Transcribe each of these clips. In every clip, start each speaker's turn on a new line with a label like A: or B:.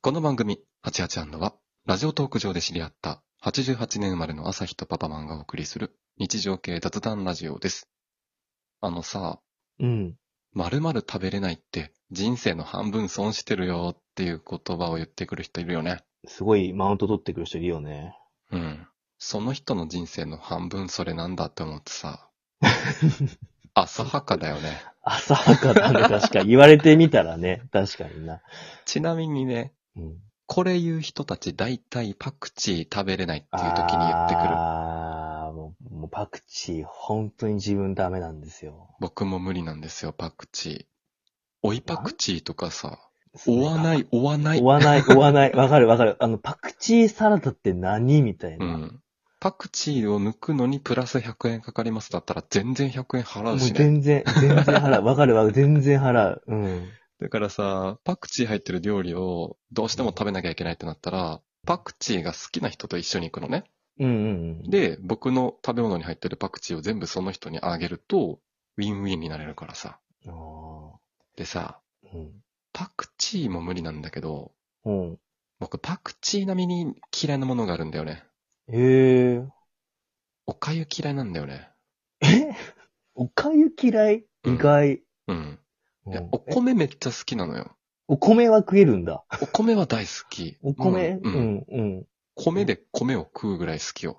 A: この番組、88&は、ラジオトーク上で知り合った、88年生まれの朝日とパパマンがお送りする、日常系雑談ラジオです。あのさ、
B: うん。
A: 〇〇食べれないって、人生の半分損してるよっていう言葉を言ってくる人いるよね。
B: すごいマウント取ってくる人いるよね。
A: うん。その人の人生の半分それなんだって思って さ、浅はかだよね。
B: 浅はか だね、確かに。言われてみたらね、確かにな。
A: ちなみにね、
B: うん。
A: これ言う人たち大体パクチー食べれないっていう時に言ってくる。
B: あーもう、もうパクチー、本当に自分ダメなんですよ。
A: 僕も無理なんですよ、パクチー。追いパクチーとかさ、
B: それ
A: 追
B: が
A: わない、追わない
B: 追。わない、追わない。わかるわかる。あの、パクチーサラダって何みたいうな。
A: ん。パクチーを抜くのにプラス100円かかりますだったら全然100円払
B: も
A: う
B: う
A: しね。
B: 全然、全然 払う。わかるわかる。全然払う。うん。
A: だからさ、パクチー入ってる料理をどうしても食べなきゃいけないってなったら、パクチーが好きな人と一緒に行くのね。
B: うんうんうん。、
A: で、僕の食べ物に入ってるパクチーを全部その人にあげると、ウィンウィンになれるからさ。
B: あー
A: でさ、
B: うん。
A: パクチーも無理なんだけど、
B: うん。
A: 僕パクチー並みに嫌いなものがあるんだよね。
B: へえ。
A: おかゆ嫌いなんだよね。
B: えおかゆ嫌い
A: うん
B: 意外。
A: うん。いや
B: うん
A: お米めっちゃ好きなのよ。
B: お米は食えるんだ。
A: お米は大好き。
B: お米、
A: う。
B: うん
A: うん
B: ん、うん。
A: 米で米を食うぐらい好きよ。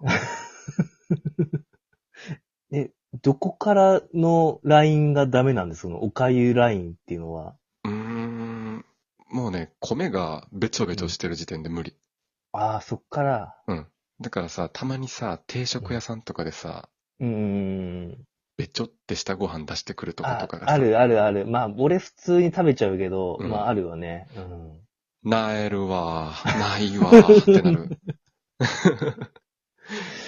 B: どこからのラインがダメなんですその、おかゆラインっていうのは。
A: うーん。もうね、米がべちょべちょしてる時点で無理。
B: ああ、そっから。
A: だからさ、たまにさ、定食屋さんとかでさ、
B: うーん。
A: べちょってしたご飯出してくるとこと
B: あ
A: かがさ
B: あるあるある。まあ、俺普通に食べちゃうけど、
A: うん
B: まあ、あるよね。うん。
A: なえるわ、 ないわ、ってなる。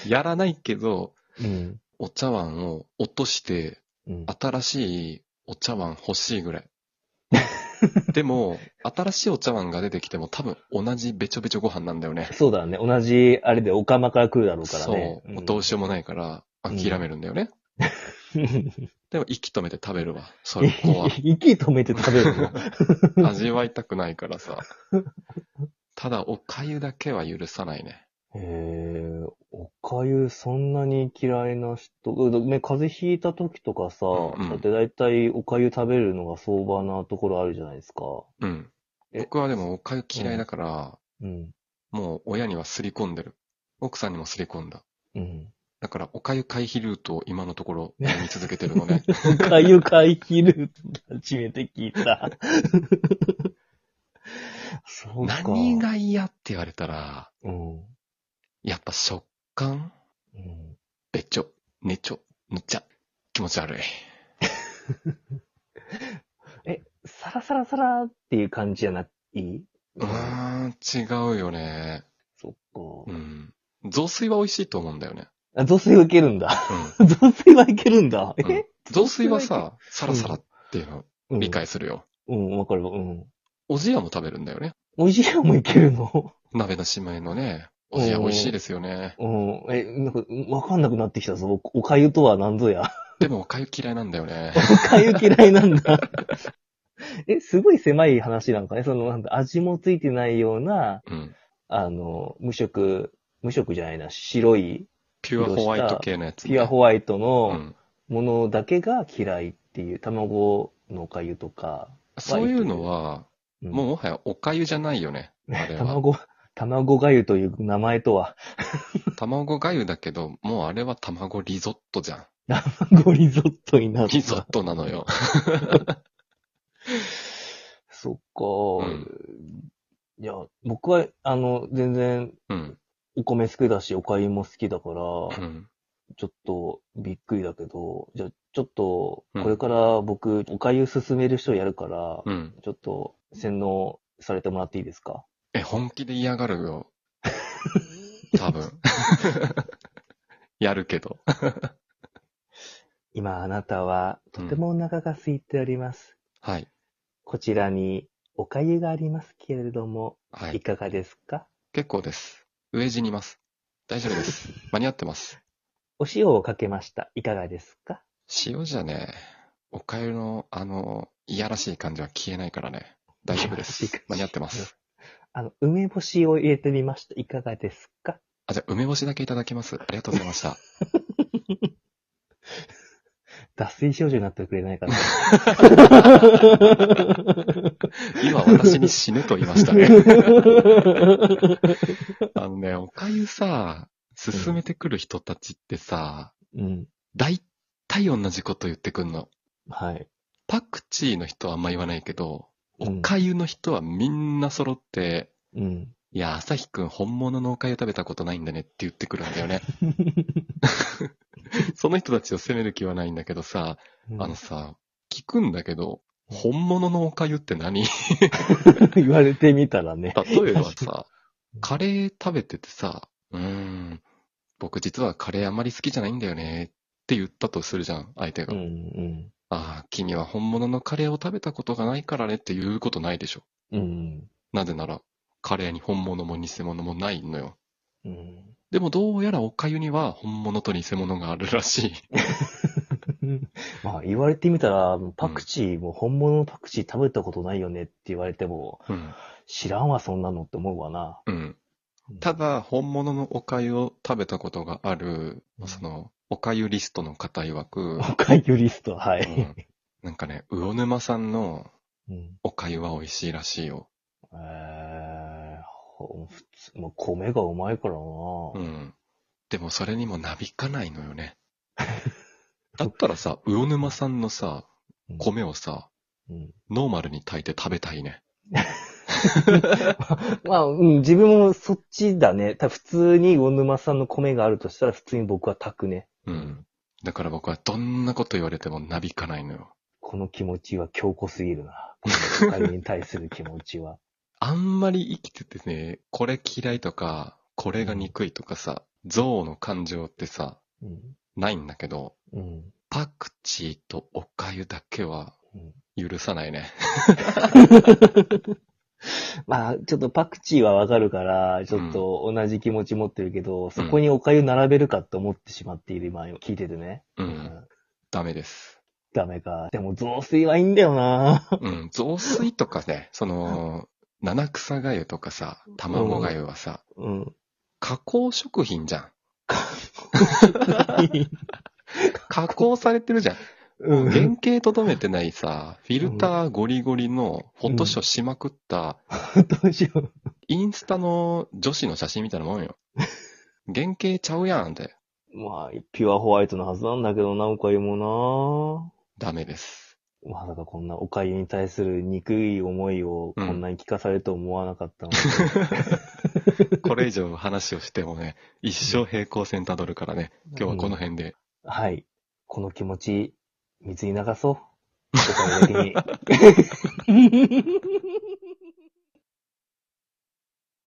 A: やらないけど、
B: うん。
A: お茶碗を落として、
B: うん。
A: 新しいお茶碗欲しいぐら い。でも、新しいお茶碗が出てきても多分同じべちょべちょご飯なんだよね。
B: そうだね。同じ、あれで、お釜から来るだろうから
A: そう、
B: ね。
A: もうどうしようもないから諦めるんだよね。
B: うん。
A: でも息止めて食べるわ、それこは。
B: 息止めて食べるの。
A: 味わいたくないからさ。ただ、お粥だけは許さないね。
B: へえ、おかゆそんなに嫌いな人、うね、風邪ひいた時とかさ、
A: うん
B: だって大体おかゆ食べるのが相場なところあるじゃないですか。
A: うん。
B: え
A: 僕はでもお粥嫌いだから、
B: うん。
A: もう親にはすり込んでる。奥さんにもすり込んだ。
B: うん。
A: だから、お粥回避ルートを今のところ見続けてるの ね。
B: おかゆ買い切るって初めて聞いた。 そうか。
A: 何が嫌って言われたら、
B: うん。う
A: やっぱ食感
B: ん。
A: べちょ、ねちょ、ぬちゃ、気持ち悪い。
B: サラサラサラっていう感じじゃない、
A: うーん、違うよね。
B: そっ
A: う
B: か。
A: ん。雑炊は美味しいと思うんだよね。
B: あ、雑炊はいけるんだ。
A: うん。
B: 雑炊はいけるんだ。
A: うん
B: え、
A: 雑炊はさ、サラサラっていうのを
B: うん
A: 理。解するよ。
B: うん、わかるわ。うん。
A: おじやも食べるんだよね。
B: 美味しいのもいけるの
A: 鍋の姉妹のね、おじや美味しいですよね。
B: うん。え、なんか、わかんなくなってきたぞ。おおかゆとは何ぞや。
A: でもおかゆ嫌いなんだよね。
B: おかゆ嫌いなんだ。 え、すごい狭い話なんかね。その、なんか味もついてないような、
A: うん。
B: あの、無色、無色じゃないな、白い、
A: ピュアホワイト系のやつ、
B: ピュアホワイト
A: う
B: の
A: ん。
B: ものだけが嫌いっていう、卵のおかゆとか。
A: そういうのは、
B: うん
A: もうもはやおかゆじゃないよね。あれは。
B: 卵、卵がゆという名前とは、
A: 卵がゆだけど、もうあれは卵リゾット じゃん。
B: 卵リゾットになった。
A: リゾットなのよ。
B: そっ
A: う
B: か、いや、僕は、あの、全然、
A: うん。
B: お米好きだし、お粥も好きだから、
A: うん。
B: ちょっと、びっくりだけど、じゃあ、ちょっと、
A: うん
B: これから僕、お粥勧める人やるから、
A: うん。
B: ちょっと、洗脳されてもらっていいですか
A: え、本気で嫌がるよ。 多分。やるけど。
B: 今、あなたは、とてもお腹が空いております。
A: はい。
B: こちらに、お粥がありますけれども、
A: はいい。
B: かがですか
A: 結構です。飢え死にいます。大丈夫です。間に合ってます。
B: お塩をかけました。いかがですか
A: 塩じゃねえ。おかゆの、あの、いやらしい感じは消えないからね。大丈夫です。間に合ってます。
B: あの、梅干しを入れてみました。いかがですか
A: あ、じゃあ、梅干しだけいただきます。ありがとうございました。
B: 脱水症状になってくれないかな。
A: 今、私に死ぬと言いましたね。あのね、おかゆさ、進めてくる人たちってさ、
B: うん。
A: 大体同じこと言ってくんの。
B: はい。
A: パクチーの人はあんま言わないけど、
B: うん
A: おかゆの人はみんな揃って、
B: うん。
A: いや、朝日くん本物のおかゆ食べたことないんだねって言ってくるんだよ ね。その人たちを責める気はないんだけどさ、あのさ、聞くんだけど、本物のおかゆって何
B: 言われてみたらね。
A: 例えば さ、カレー食べててさ、うーん、僕実はカレーあんまり好きじゃないんだよねって言ったとするじゃん、相手
B: う
A: が。
B: んうん。
A: ああ、君は本物のカレーを食べたことがないからねって言うことないでしょ。
B: うん。
A: なぜなら、カレーに本物も偽物もないのよ。
B: うん。
A: でもどうやらおかゆには本物と偽物があるらしい。
B: まあ、言われてみたら、パクチー、もう本物のパクチー食べたことないよねって言われても、
A: うん。
B: 知らんわ、そんなのって思うわな。
A: うん。ただ、本物のおかゆを食べたことがある
B: う、ん
A: その、おかゆリストの方曰く、
B: おかゆリスト、は
A: う
B: い。
A: んなんかね、魚沼さんの
B: うん。
A: おかゆは美味しいらしいよ。
B: えー、ほ普通、もう米がうまいからな。
A: うん。でもそれにもなびかないのよね。 だったらさ、魚沼さんのさ、
B: うん
A: 米をさ、
B: うん
A: ノーマルに炊いて食べたいね。
B: まあ、うん、自分もそっちだね。た普通に魚沼さんの米があるとしたら、普通に僕は炊くね。
A: うん。だから僕はどんなこと言われてもなびかないのよ。
B: この気持ちは強固すぎるな。このおかゆに対する気持ちは。
A: あんまり生きててね、これ嫌いとか、これが憎いとかさ、憎悪の感情ってさ、
B: うん。
A: ないんだけど、
B: うん。
A: パクチーとおかゆだけは
B: うん
A: 許さないね。
B: まあ、ちょっとパクチーはわかるから、ちょっと同じ気持ち持ってるけど、そこにお粥並べるかって思ってしまっている今、聞いててね。
A: う。
B: うんん
A: ダメです。
B: ダメか。でも、雑炊はいいんだよな
A: うん。雑炊とかね、その、七草がゆとかさ、卵がゆはさ、
B: うん。
A: 加工食品じゃん。加工されてるじゃん。
B: う
A: 原
B: ん。
A: 型とどめてないさ、フィルターゴリゴリのフォトショーしまくった、
B: どうしよう。
A: インスタの女子の写真みたいなもんよ。原型ちゃうやんって。
B: まあ、ピュアホワイトのはずなんだけどな、お粥も
A: ダメです。
B: なまさかこんなお粥に対する憎い思いをこんなに聞かされると思わなかったので、
A: これ以上話をしてもね、一生平行線たどるからね、 今日はこの辺で。
B: はい。この気持ち、 水に流そう。おかげだけに。